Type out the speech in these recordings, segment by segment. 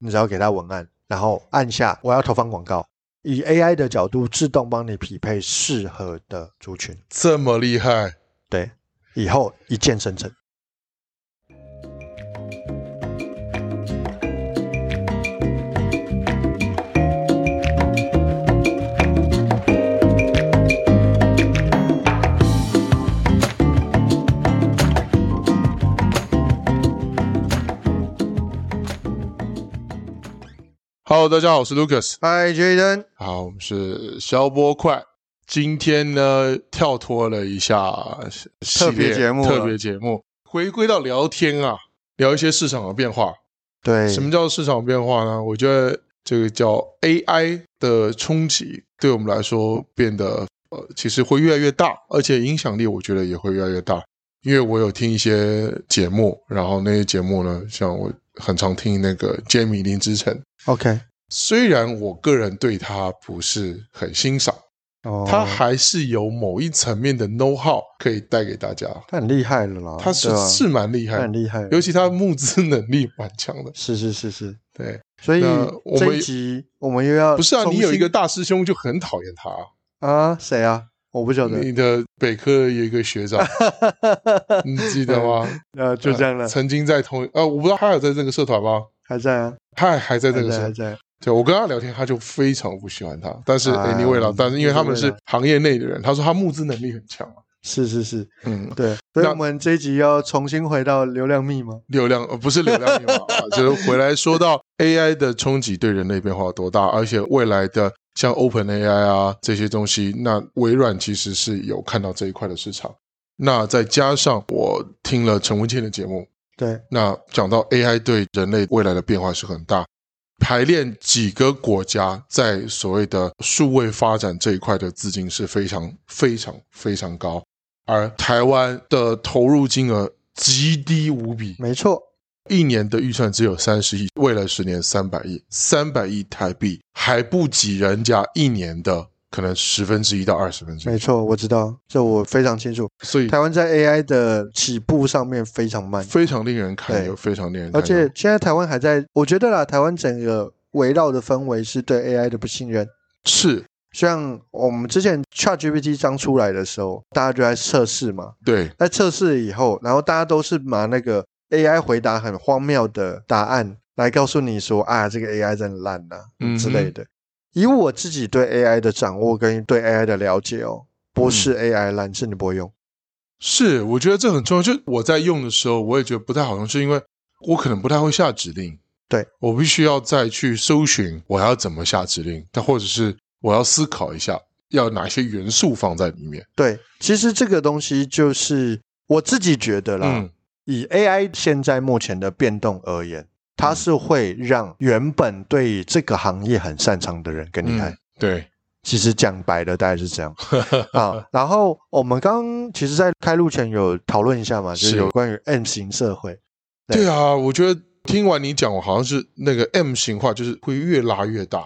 你只要给它文案，然后按下我要投放广告，以 AI 的角度自动帮你匹配适合的族群。这么厉害，对，以后一键生成。 Hello，大家好，我是 Lucas。嗨，Jaden，好，我们是消波快。今天呢，跳脱了一下系列特别节目了特别节目回归到聊天啊，聊一些市场的变化。哎对，什么叫市场变化呢？我觉得这个叫 AI 的冲击，对我们来说变得呃，其实会越来越大，而且影响力我觉得也会越来越大。因为我有听一些节目，然后那些节目呢，像我很常听那个 Jamie 林之晨， OK？虽然我个人对他不是很欣赏，哦，他还是有某一层面的 know how 可以带给大家。他很厉害了啦，他是、哦对啊是蛮厉他害很的，厉害了，尤其他募资能力蛮强的。是是是是，对，所以那我这们一集我们又要不是啊，重你有一新个大师兄就很讨厌他啊、啊谁啊？我不晓得，你的北科有一个 学长，你记得吗？呃，就这样了呃，曾经在同呃，我不知道他有在这个社团吗？还在啊，他还还在这还个在社还，在，对我跟他聊天，他就非常不喜欢他。但是啊 anyway 了，但是因为他们 anyway 是啦行业内的人，他说他募资能力很强啊。是是是，嗯，对，所以那我们这一集要重新回到流量密码。流量呃不是流量密码、啊， 就是回来说到 AI 的冲击对人类变化有多大，而且未来的像 OpenAI 啊这些东西，那微软其实是有看到这一块的市场。那再加上我听了陈文茜的节目，对，那讲到 AI 对人类未来的变化是很大，排练几个国家在所谓的数位发展这一块的资金是非常非常非常高，而台湾的投入金额极低无比，没错，一年的预算只有三十亿，未来十年三百亿，三百亿台币还不及人家一年的可能十分之一到二十分之没一，错，我知道，这我非常清楚。所以台湾在 AI 的起步上面非常慢，非常令人堪忧，对非常令人而堪忧。且现在台湾还在，我觉得啦，台湾整个围绕的氛围是对 AI 的不信任。是像我们之前 ChatGPT 刚出来的时候，大家就在测试嘛，对在测试以后，然后大家都是拿那个 AI 回答很荒谬的答案来告诉你说啊，这个 AI 真烂呐、嗯哼之类的。以我自己对 AI 的掌握跟对 AI 的了解哦，嗯不是 AI 烂，是你不会用。是，我觉得这很重要。就我在用的时候，我也觉得不太好用，是因为我可能不太会下指令，对我必须要再去搜寻我要怎么下指令，但或者是我要思考一下要哪些元素放在里面。对，其实这个东西就是我自己觉得啦，嗯，以 AI 现在目前的变动而言，嗯它是会让原本对这个行业很擅长的人更厉害。嗯对，其实讲白了，大概是这 样啊。然后我们刚刚其实，在开录前有讨论一下嘛，就是是有关于 M 型社会。对对啊，我觉得听完你讲，我好像是那个 M 型化，就是会越拉越大，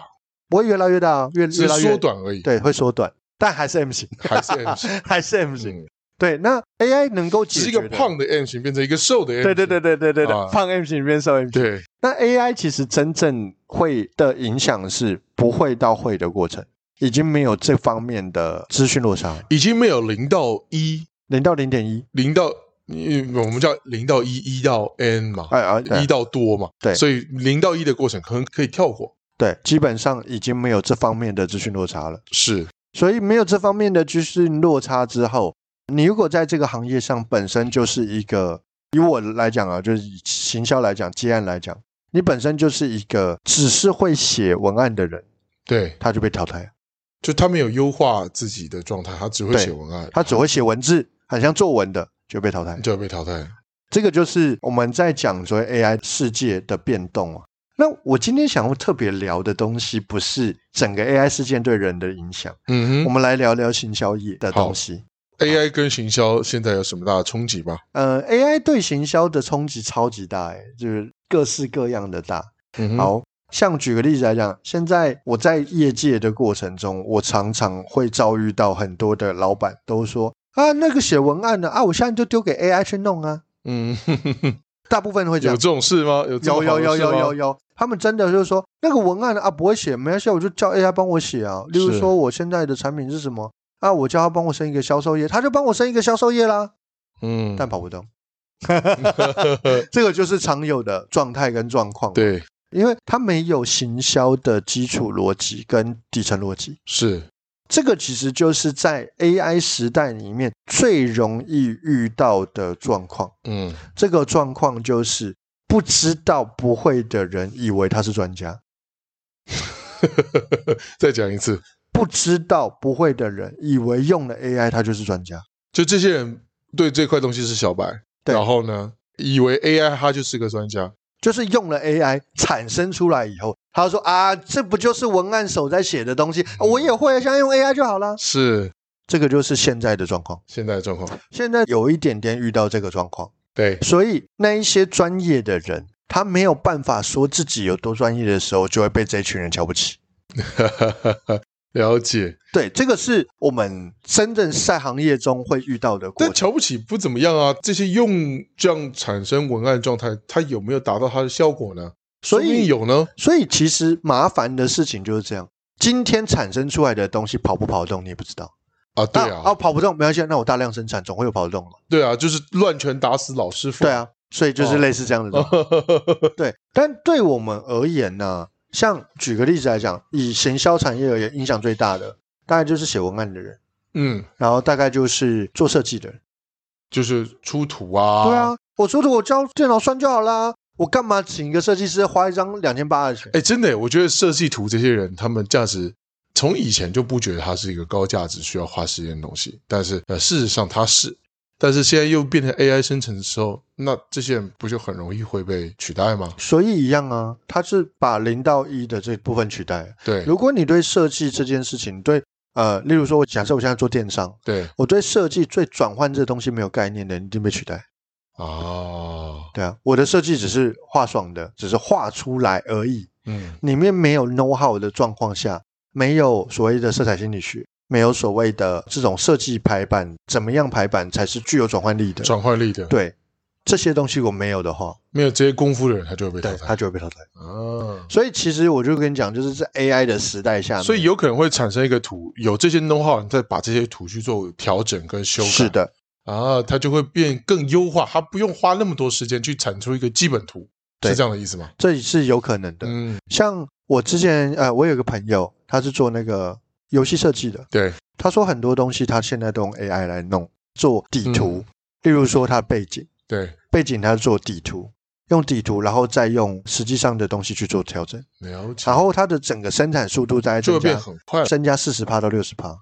不会越拉越大，哦越只越是拉缩越，短而已，对，会缩短，但还是 M 型，还是 M 型，还是 M 型。嗯对，那 AI 能够只解是决一个的，胖的 M 型变成一个瘦的 M 型，对对对对对对对，啊胖 M 型变瘦 M 型。对，那 AI 其实真正会的影响是不会到会的过程，已经没有这方面的资讯落差了，已经没有零到一，零到零点一，零到嗯我们叫零到一，一到 N 嘛，哎啊，对一到多嘛，对所以零到一的过程可能可以跳过，对，基本上已经没有这方面的资讯落差了。是所以没有这方面的资讯落差之后，你如果在这个行业上本身就是一个，以我来讲啊，就是以行销来讲、接案来讲，你本身就是一个只是会写文案的人，对，他就被淘汰了。就他没有优化自己的状态，他只会对写文案，他只会写文字，很像作文的就被淘汰。就要被淘汰。这个就是我们在讲所谓 AI 世界的变动啊。那我今天想要特别聊的东西，不是整个 AI 事件对人的影响，我嗯哼们来聊聊行销业的好东西。 ，AI 跟行销现在有什么大的冲击吗？呃，AI 对行销的冲击超级大、欸，就是各式各样的大。嗯哼，好像举个例子来讲，现在我在业界的过程中，我常常会遭遇到很多的老板都说啊，那个写文案的啊，我现在就丢给 AI 去弄啊。嗯，大部分会这 有样这。种事吗？有这有么有好的有事有吗有有，他们真的就是说那个文案啊不会写，没关系，我就叫 AI 帮我写啊。例如是说我现在的产品是什么啊，我叫他帮我生一个销售页，他就帮我生一个销售页啦，嗯，但跑不动。 这个就是常有的状态跟状况，，对，因为它没有行销的基础逻辑跟底层逻辑，是这个其实就是在 AI 时代里面最容易遇到的状况。嗯 这个状况就是不知道不会的人以为他是专家，再讲一次，不知道不会的人以为用了 AI 他就是专家。就这些人对这块东西是小白，对然后呢，以为 AI 他就是个专家，就是用了 AI 产生出来以后，他说啊，这不就是文案手在写的东西，啊我也会，现在用 AI 就好了。是这个就是现在的状况，现在的状况。现在有一点点遇到这个状况，对，所以那一些专业的人，他没有办法说自己有多专业的时候，就会被这群人瞧不起。了解。对，这个是我们真正在行业中会遇到的过但程。瞧不起不怎么样啊，这些用这样产生文案状态，它有没有达到它的效果呢？所以说不定有呢。所以其实麻烦的事情就是这样，今天产生出来的东西跑不跑得动你也不知道。啊，对那哦啊，跑不动没关系，那我大量生产总会有跑得动嘛。对啊，就是乱拳打死老师傅。对，啊，所以就是哦类似这样的东西。对，但对我们而言呢、像举个例子来讲，以行销产业而言，影响最大的大概就是写文案的人， 嗯，然后大概就是做设计的人。就是出图啊。对啊，我说的我教电脑算就好啦，我干嘛请一个设计师花一张两千八的钱？哎，真的耶，我觉得设计图这些人，他们价值从以前就不觉得它是一个高价值需要花时间的东西，但是呃，事实上它是。但是现在又变成 AI 生成的时候，那这些人不就很容易会被取代吗？所以一样啊，它是把零到一的这部分取代了。对，如果你对设计这件事情，对呃，例如说，我假设我现在做电商，对我对设计最转换这东西没有概念的，你一定被取代。啊，对啊，我的设计只是画爽的，只是画出来而已，嗯，里面没有 know how 的状况下，没有所谓的色彩心理学，没有所谓的这种设计排版，怎么样排版才是具有转换力的？转换力的，对，这些东西我没有的话，没有这些功夫的人，他就会被对淘，汰它就会被淘汰。啊。所以其实我就跟你讲，就是在 AI 的时代下面，所以有可能会产生一个图，有这些 know how，你再把这些图去做调整跟修改，是的，啊，它就会变更优化，它不用花那么多时间去产出一个基本图，对是这样的意思吗？这是有可能的。嗯，像我之前呃，我有个朋友，他是做那个游戏设计的，对，他说很多东西他现在都用 AI 来弄，做底嗯图，例如说他背景，对，背景他做底图，用底图，然后再用实际上的东西去做调整，了解，然后他的整个生产速度大概就会增变加很快。增加四十帕到六十帕，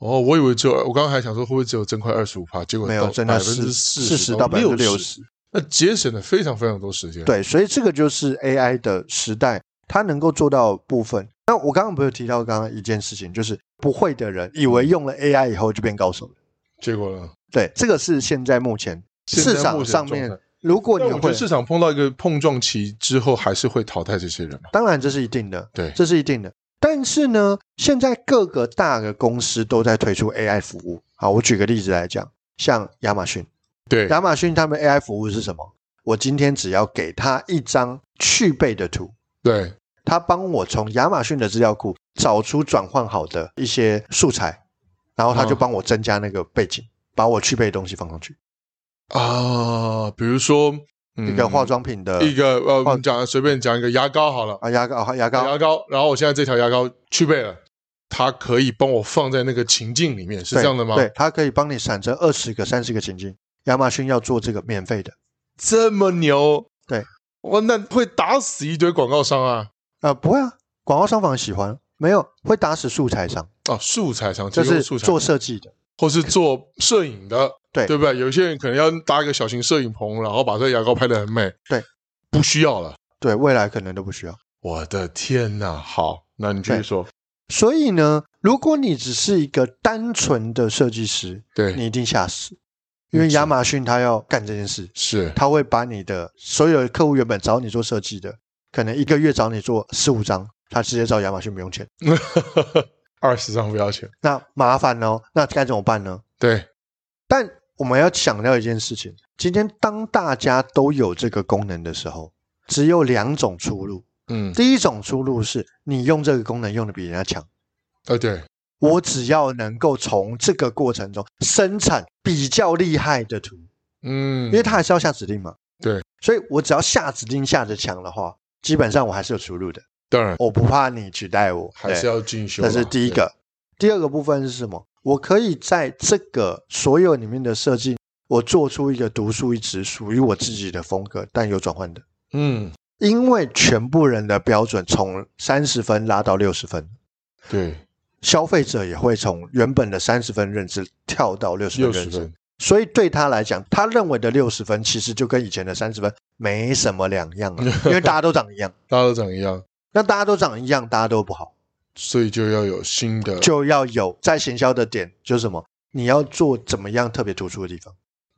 哦，我以为只有，我刚刚还想说会不会只有增快二十五帕，结果没有增加百分之四十十到百分之六六，十。那节省了非常非常多时间。，对，所以这个就是 AI 的时代，它能够做到的部分。那我刚刚不是提到刚刚一件事情，就是不会的人以为用了 AI 以后就变高手了。结果呢？对，这个是现在目前现市在场上目前状态面，如果但你我觉会得，市场碰到一个碰撞期之后，还是会淘汰这些人嘛。当然这是一定的，对，这是一定的。但是呢，现在各个大的公司都在推出 AI 服务。好，我举个例子来讲，像亚马逊，对，亚马逊他们 AI 服务是什么？我今天只要给他一张去背的图，对，他帮我从亚马逊的资料库找出转换好的一些素材，然后他就嗯帮我增加那个背景，把我去背的东西放上去，啊，比如说、嗯一个化，妆品的一个呃，化我们讲随便讲一个牙膏好了，啊牙膏啊牙膏牙膏，然后我现在这条牙膏具备了，它可以帮我放在那个情境里面，是这样的吗？对，，它可以帮你产生二十个、三十个情境。亚马逊要做这个免费的，这么牛，对，哇，那会打死一堆广告商啊啊，不会啊，广告商反而喜欢，没有会打死素材商，啊，素材商这提供是素材，做设计的，或是做摄影的，对对不对？有些人可能要搭一个小型摄影棚，然后把这牙膏拍得很美，对，不需要了。对未来可能都不需要。我的天呐，好，那你继续对说，所以呢，如果你只是一个单纯的设计师，对，你一定吓死，因为嗯是亚马逊它要干这件事，是 他会把你的所有的客户原本找你做设计的，可能一个月找你做十五张，他直接找亚马逊不用钱，二十张不要钱，那麻烦哦，那该怎么办呢？对，但我们要想到一件事情：今天当大家都有这个功能的时候，只有两种出路。嗯，第一种出路是你用这个功能用的比人家强，呃，对，我只要能够从这个过程中生产比较厉害的图，嗯，因为它还是要下指令嘛。对，所以我只要下指令下的强的话，基本上我还是有出路的，当然我不怕你取代我。还是对要啊进修啦。这是第一个。第二个部分是什么？我可以在这个所有里面的设计，我做出一个独树一帜、属于我自己的风格，但有转换的。对，嗯，因为全部人的标准从三十分拉到六十分，对，消费者也会从原本的三十分认知跳到六十分六十认知，分，所以对他来讲，他认为的六十分其实就跟以前的三十分没什么两样 了，因为大家都长一样。大家都长一样，那大家都长一样，大家都不好。所以就要有新的，就要有在行销的点，就是什么？你要做怎么样特别突出的地方，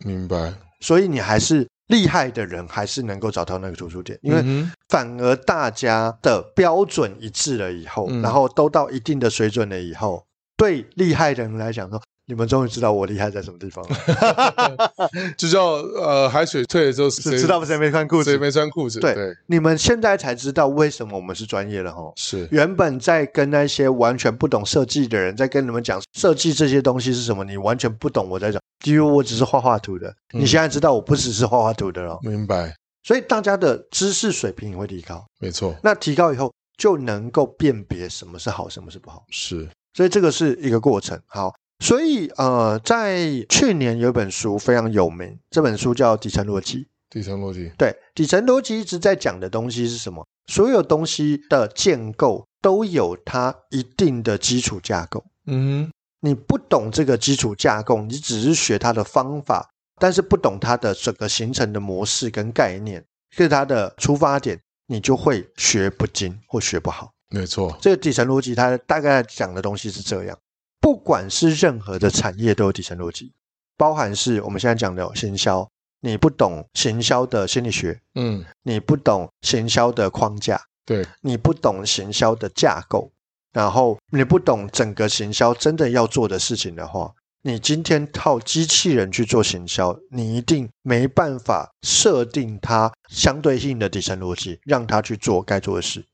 明白，所以你还是厉害的人，还是能够找到那个突出点。因为嗯哼反而大家的标准一致了以后，嗯然后都到一定的水准了以后，对厉害的人来讲说，你们终于知道我厉害在什么地方了，就叫呃海水退了之后，谁只知道谁没穿裤谁子。没穿裤子，对对，你们现在才知道为什么我们是专业了哈。是，原本在跟那些完全不懂设计的人在跟你们讲设计这些东西是什么，你完全不懂我在讲，因为我只是画画图的。嗯你现在知道我不只是画画图的了，明白，所以大家的知识水平也会提高。没错，那提高以后就能够辨别什么是好，什么是不好。是，所以这个是一个过程。好，所以呃，在去年有一本书非常有名，这本书叫《底层逻辑》。第三逻辑，对，底层逻辑一直在讲的东西是什么？所有东西的建构都有它一定的基础架构。嗯你不懂这个基础架构，你只是学它的方法，但是不懂它的整个形成的模式跟概念，是它的出发点，你就会学不精或学不好。哼，没错，这个底层逻辑，它大概讲的东西是这样：不管是任何的产业都有底层逻辑，包含是我们现在讲的行销，你不懂行销的心理学，嗯，你不懂行销的框架，对，你不懂行销的架构，然后你不懂整个行销真的要做的事情的话，你今天靠机器人去做行销，你一定没办法设定它相对应的底层逻辑，让它去做该做的事，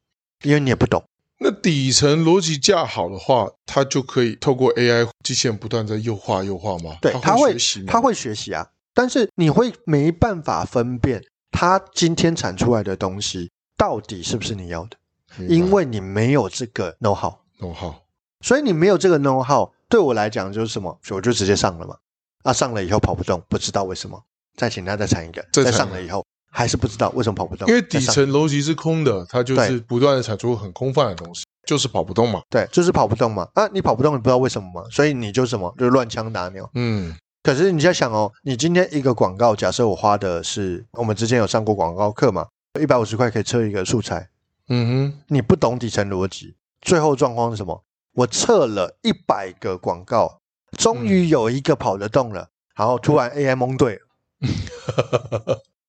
因为你也不懂。那底层逻辑架好的话，它就可以透过 AI 机器人不断在优化优化吗？对，它他哦学习吗他会学习啊，但是你会没办法分辨他今天产出来的东西到底是不是你要的，明白因为你没有这个 know how。弄好，所以你没有这个 know how，对我来讲就是什么？我就直接上了嘛。啊，上了以后跑不动，不知道为什么，再请他再产一个，再再产上了以后还是不知道为什么跑不动。因为底再上层逻辑是空的，它就是对不断的产出很空泛的东西，就是跑不动嘛。对，就是跑不动嘛。啊，你跑不动，你不知道为什么嘛，所以你就什么就乱枪打鸟。嗯，可是你在想哦，你今天一个广告，假设我花的是我们之前有上过广告课嘛，一百五十块可以测一个素材，嗯哼，你不懂底层逻辑，最后状况是什么？我测了一百个广告，终嗯于有一个跑得动了，然后突然 AI 蒙对了，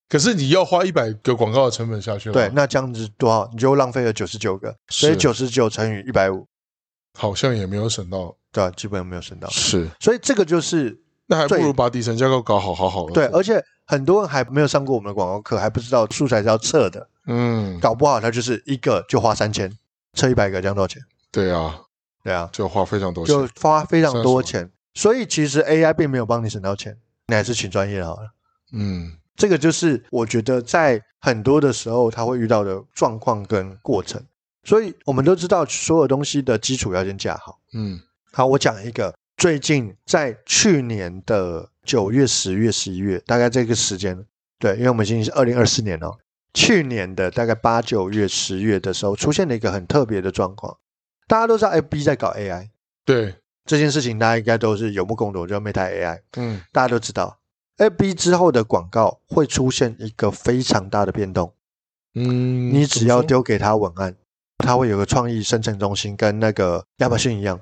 可是你要花一百个广告的成本下去了，对，，那这样子多少？你就浪费了九十九个，所以啊是九十九乘以一百五，好像也没有省到，对吧、啊基本上没有省到。是，所以这个就是那还不对如把底层架构搞好好好了。对，而且很多人还没有上过我们的广告课，还不知道素材是要测的，嗯，搞不好他就是一个就花三千，测一百个这样多少钱？对啊，对啊，就花非常多钱，就花非常多算钱。所以其实 AI 并没有帮你省到钱，你还是请专业的好了。嗯，这个就是我觉得在很多的时候他会遇到的状况跟过程。所以我们都知道，所有东西的基础要先架好。嗯好，我讲一个最近在去年的九月、十月、十一月，大概这个时间，对，因为我们已经是二零二四年了。去年的大概八九月、十月的时候，出现了一个很特别的状况。大家都知道，FB 在搞 AI 对，这件事情，大家应该都是有目共睹，就是 Meta AI，嗯大家都知道。FB 之后的广告会出现一个非常大的变动，嗯，你只要怎么说，丢给他文案，他会有个创意生成中心，跟那个亚马逊一样。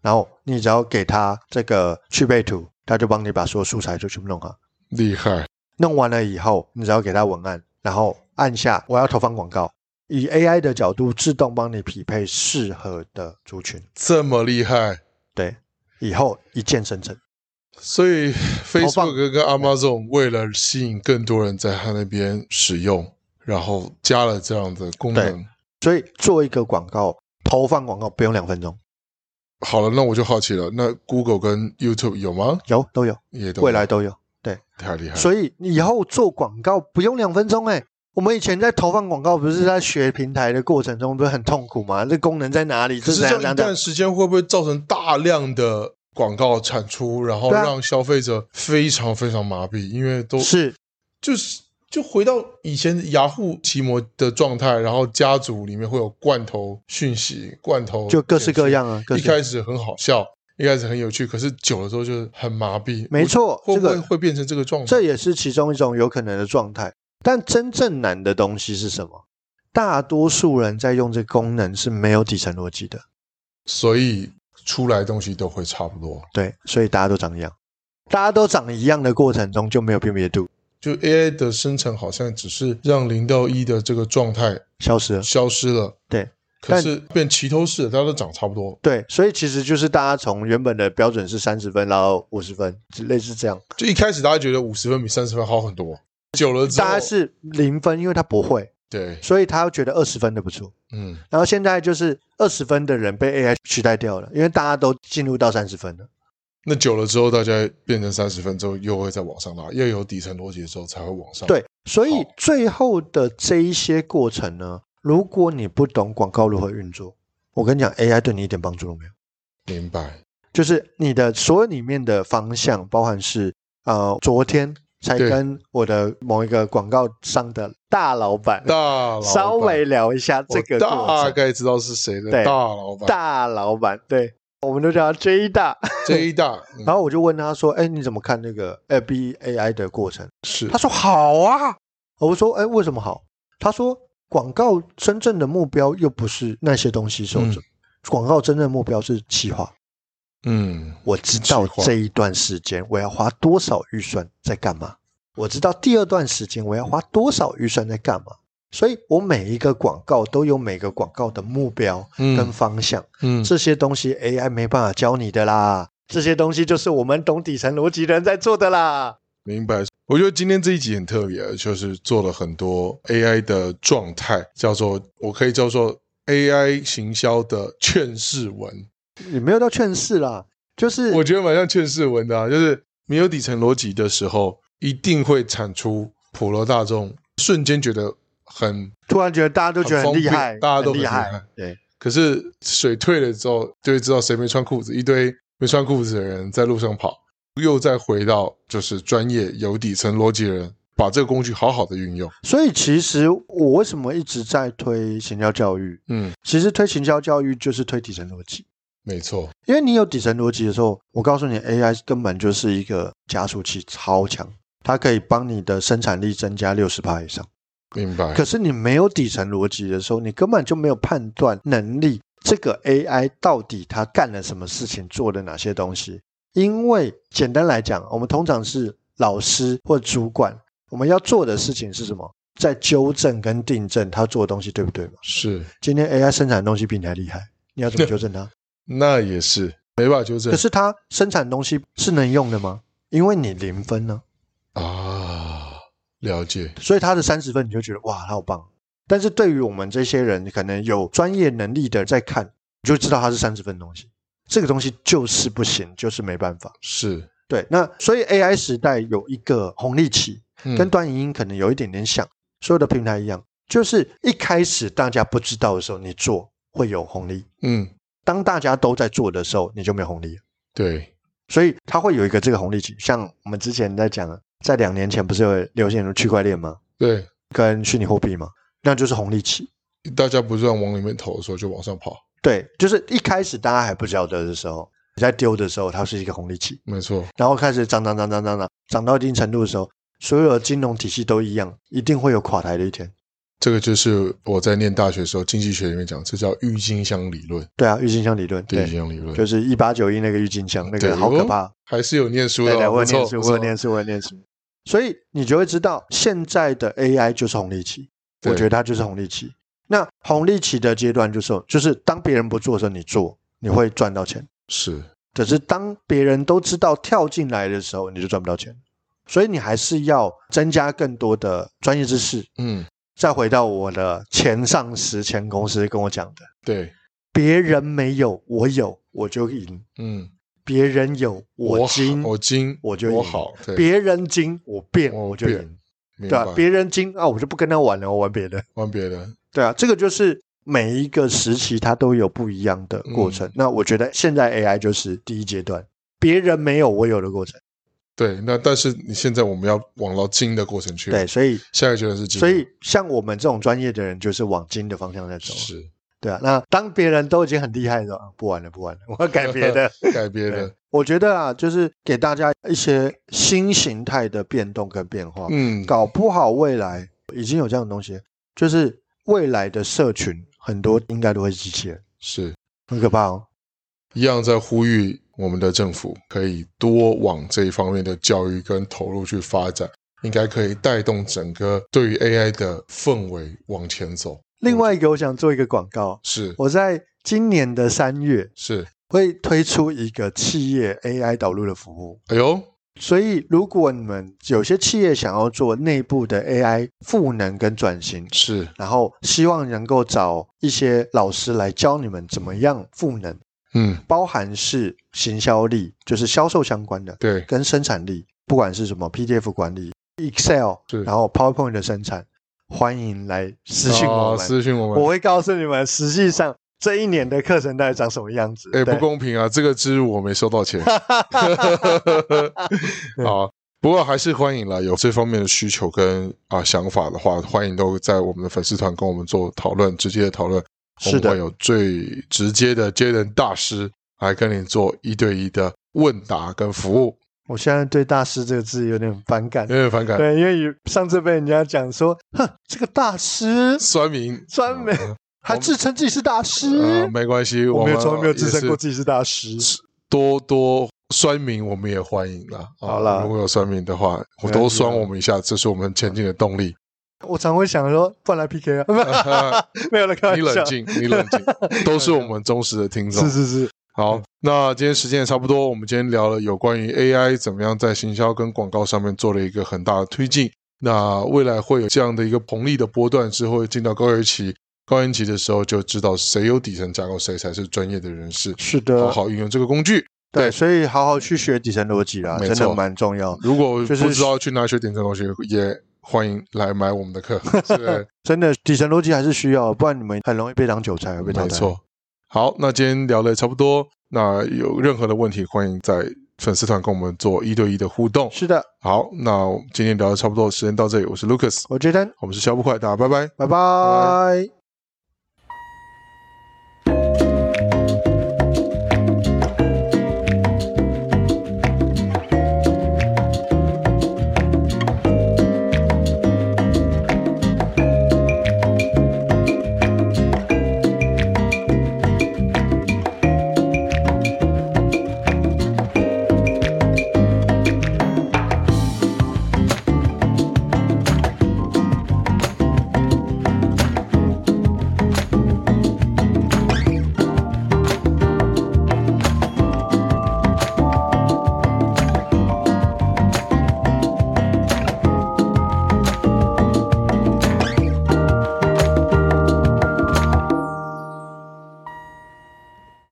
然后你只要给他这个去背图，他就帮你把所有素材就全部弄好。厉害，弄完了以后，你只要给他文案，然后按下我要投放广告，以 AI 的角度自动帮你匹配适合的族群。这么厉害，对，以后一键生成。所以棒 Facebook 跟 Amazon 为了吸引更多人在他那边使用，然后加了这样的功能。所以做一个广告，投放广告不用两分钟，好了，那我就好奇了，那 Google 跟 YouTube 有吗？有都有，也都有嗯未来都有。太厉害了。所以以后做广告不用两分钟哎、我们以前在投放广告，不是在学平台的过程中，不是很痛苦吗？这功能在哪里？可这是怎这样样怎样怎样一段时间会不会造成大量的广告产出，然后对啊让消费者非常非常麻痹？因为都是就是就回到以前雅虎奇摩的状态，然后家族里面会有罐头讯息，罐头就各式各简样啊，各讯。一式各样开始很好笑，一开始很有趣，可是久了之后就是很麻痹。没错，我，这会不会个会变成这个状态？这也是其中一种有可能的状态。但真正难的东西是什么？大多数人在用这功能是没有底层逻辑的，所以出来的东西都会差不多。对，所以大家都长一样，大家都长一样的过程中就没有辨别度，就 AI 的生成好像只是让零到一的这个状态消失了。消失了，对，可是变齐头式了，大家都长差不多，对，所以其实就是大家从原本的标准是三十分拉到五十分，类似这样。就一开始大家觉得五十分比三十分好很多，久了之后，大家是零分，因为他不会，对，所以他觉得二十分的不错。嗯，然后现在就是二十分的人被 AI 取代掉了，因为大家都进入到三十分了。那久了之后，大家变成三十分之后，又会再往上拉，又有底层逻辑的时候才会往上。，对，所以好最后的这一些过程呢，如果你不懂广告如何运作，我跟你讲，AI 对你一点帮助都没有。明白。就是你的所有里面的方向，包含是呃，昨天才对跟我的某一个广告商的大老板大老板稍微聊一下这个我过大程。概知道是谁的对大老板大老板，对，我们都叫他 J 大。这一大，嗯然后我就问他说：“哎，你怎么看那个 A B A I 的过程是？”他说：“好啊。”我说：“哎，为什么好？”他说：“广告真正的目标又不是那些东西受众，广告真正的目标是企划。嗯，我知道企划这一段时间我要花多少预算在干嘛，我知道第二段时间我要花多少预算在干嘛。”所以，我每一个广告都有每个广告的目标跟嗯方向，嗯，这些东西 AI 没办法教你的啦，这些东西就是我们懂底层逻辑的人在做的啦。明白。我觉得今天这一集很特别，就是做了很多 AI 的状态，叫做我可以叫做 AI 行销的劝世文。也没有到劝世啦，就是我觉得蛮像劝世文的、啊，就是没有底层逻辑的时候，一定会产出普罗大众瞬间觉得很，突然觉得大家都觉得很厉害，很方便大家都很厉很厉害，对，可是水退了之后，就会知道谁没穿裤子，一堆没穿裤子的人在路上跑，又再回到就是专业有底层逻辑的人，把这个工具好好的运用。所以其实我为什么一直在推行销教育？嗯，其实推行销教育就是推底层逻辑，没错，因为你有底层逻辑的时候，我告诉你，AI 根本就是一个加速器，超强，它可以帮你的生产力增加六十以上。明白。可是你没有底层逻辑的时候，你根本就没有判断能力，这个 AI 到底它干了什么事情，做了哪些东西？因为简单来讲，我们通常是老师或主管，我们要做的事情是什么？在纠正跟订正他做的东西对不对嘛？是，今天 AI 生产的东西比你还厉害，你要怎么纠正它？那也是没办法纠正可是它生产的东西是能用的吗？因为你零分呢、啊。了解，所以他的三十分你就觉得哇，他好棒。但是对于我们这些人，可能有专业能力的在看，你就知道他是三十分的东西。这个东西就是不行，就是没办法。是对，那所以 AI 时代有一个红利期，嗯跟段莹莹可能有一点点像，所有的平台一样，就是一开始大家不知道的时候，你做会有红利；嗯，当大家都在做的时候，你就没有红利了。对，所以它会有一个这个红利期，像我们之前在讲的，在两年前不是有流行区块链吗？对，跟虚拟货币嘛，那就是红利期。大家不是往里面投的时候就往上跑，对，就是一开始大家还不晓得的时候，你在丢的时候，它是一个红利期，没错，然后开始涨涨涨涨涨涨，涨到一定程度的时候，所有的金融体系都一样，一定会有垮台的一天。这个就是我在念大学的时候经济学里面讲，这叫郁金香理论，对啊，郁金香理论，对，郁金对，香理论，就是一八九一那个郁金香，那对哦个好可怕。还是有念书对的对，哦，我有念不错，书，不我有错念书，我有念书。所以你就会知道，现在的 AI 就是红利期，我对觉得它就是红利期。那红利期的阶段就是，就是当别人不做的时候，你做，你会赚到钱。是可是当别人都知道跳进来的时候，你就赚不到钱。所以你还是要增加更多的专业知识。嗯，再回到我的前上司、前公司跟我讲的，对，别人没有，我有我就赢；嗯，别人有我精，好我精，我就赢我好，对，别人精我变我我就变赢，明对白吧、，别人精啊，我就不跟他玩了，我玩别的。玩别的，对啊，这个就是每一个时期它都有不一样的过嗯程。那我觉得现在 AI 就是第一阶段，别人没有我有的过程。对，那但是你现在我们要往到精的过程去，对，，所以下一个阶段是精，所以像我们这种专业的人，就是往精的方向在走。是对啊，那当别人都已经很厉害的时候，啊不玩了，不玩了，我 要改别 的。改别的对，我觉得啊，就是给大家一些新形态的变动跟变化。嗯，搞不好未来已经有这样的东西，就是未来的社群很多应该都会是机器人，是很可怕哦。一样在呼吁我们的政府可以多往这一方面的教育跟投入去发展，应该可以带动整个对于 AI 的氛围往前走。另外一个，我想做一个广告，是我在今年的三月是，会推出一个企业 AI 导入的服务。哎呦，所以，如果你们有些企业想要做内部的 AI 赋能跟转型，是，然后希望能够找一些老师来教你们怎么样赋能，嗯，包含是行销力，就是销售相关的，对，跟生产力，不管是什么 PDF 管理、Excel，是然后 PowerPoint 的生产，欢迎来私信我啊们，私信我们我。会告诉你们实际上这一年的课程到底长什么样子。哎，对不，公平啊！这个植入我没收 到钱。好，不过还是欢迎啦，有这方面的需求跟啊想法的话，欢迎都在我们的粉丝团跟我们做讨论，直接的讨论。我是们的会有最直接的接人大师来跟你做一对一的问答跟服务。我现在对“大师”这个字有点反感有。点反感，对，因为上次被人家讲说，哼，这个大师酸民专门还自称自己是大师，啊，没关系，我我们没有从来没有自称也过是自己是大师。多多酸民，我们也欢迎啦。啊好啦如果有酸民的话，我没关多系酸啊我们一下，这是我们前进的 动力。 我常会想说，不然来 PK 啊， 没有了，开玩呃你笑冷。 静，哦你冷静，都是我们忠实的听众是。是是，好，那今天时间也差不多，我们今天聊了有关于 AI 怎么样在行销跟广告上面做了一个很大的推进。那未来会有这样的一个红利的波段之后，进到高原期，高原期的时候就知道谁有底层架构，谁才是专业的人士，是的，好好运用这个工具。对对，所以好好去学底层逻辑啦，没真错的蛮重要。如果就是不知道去哪学点这东西，也欢迎来买我们 的课。是真的，底层逻辑还是需要，不然你们很容易被当韭菜，被淘汰。没，错。好，那今天聊的差不多，那有任何的问题，欢迎在粉丝团跟我们做一对一的互动。是的，好，那我们今天聊的差不多，时间到这里，我是 Lucas，我觉得，我们是消不快，大家拜拜。拜拜。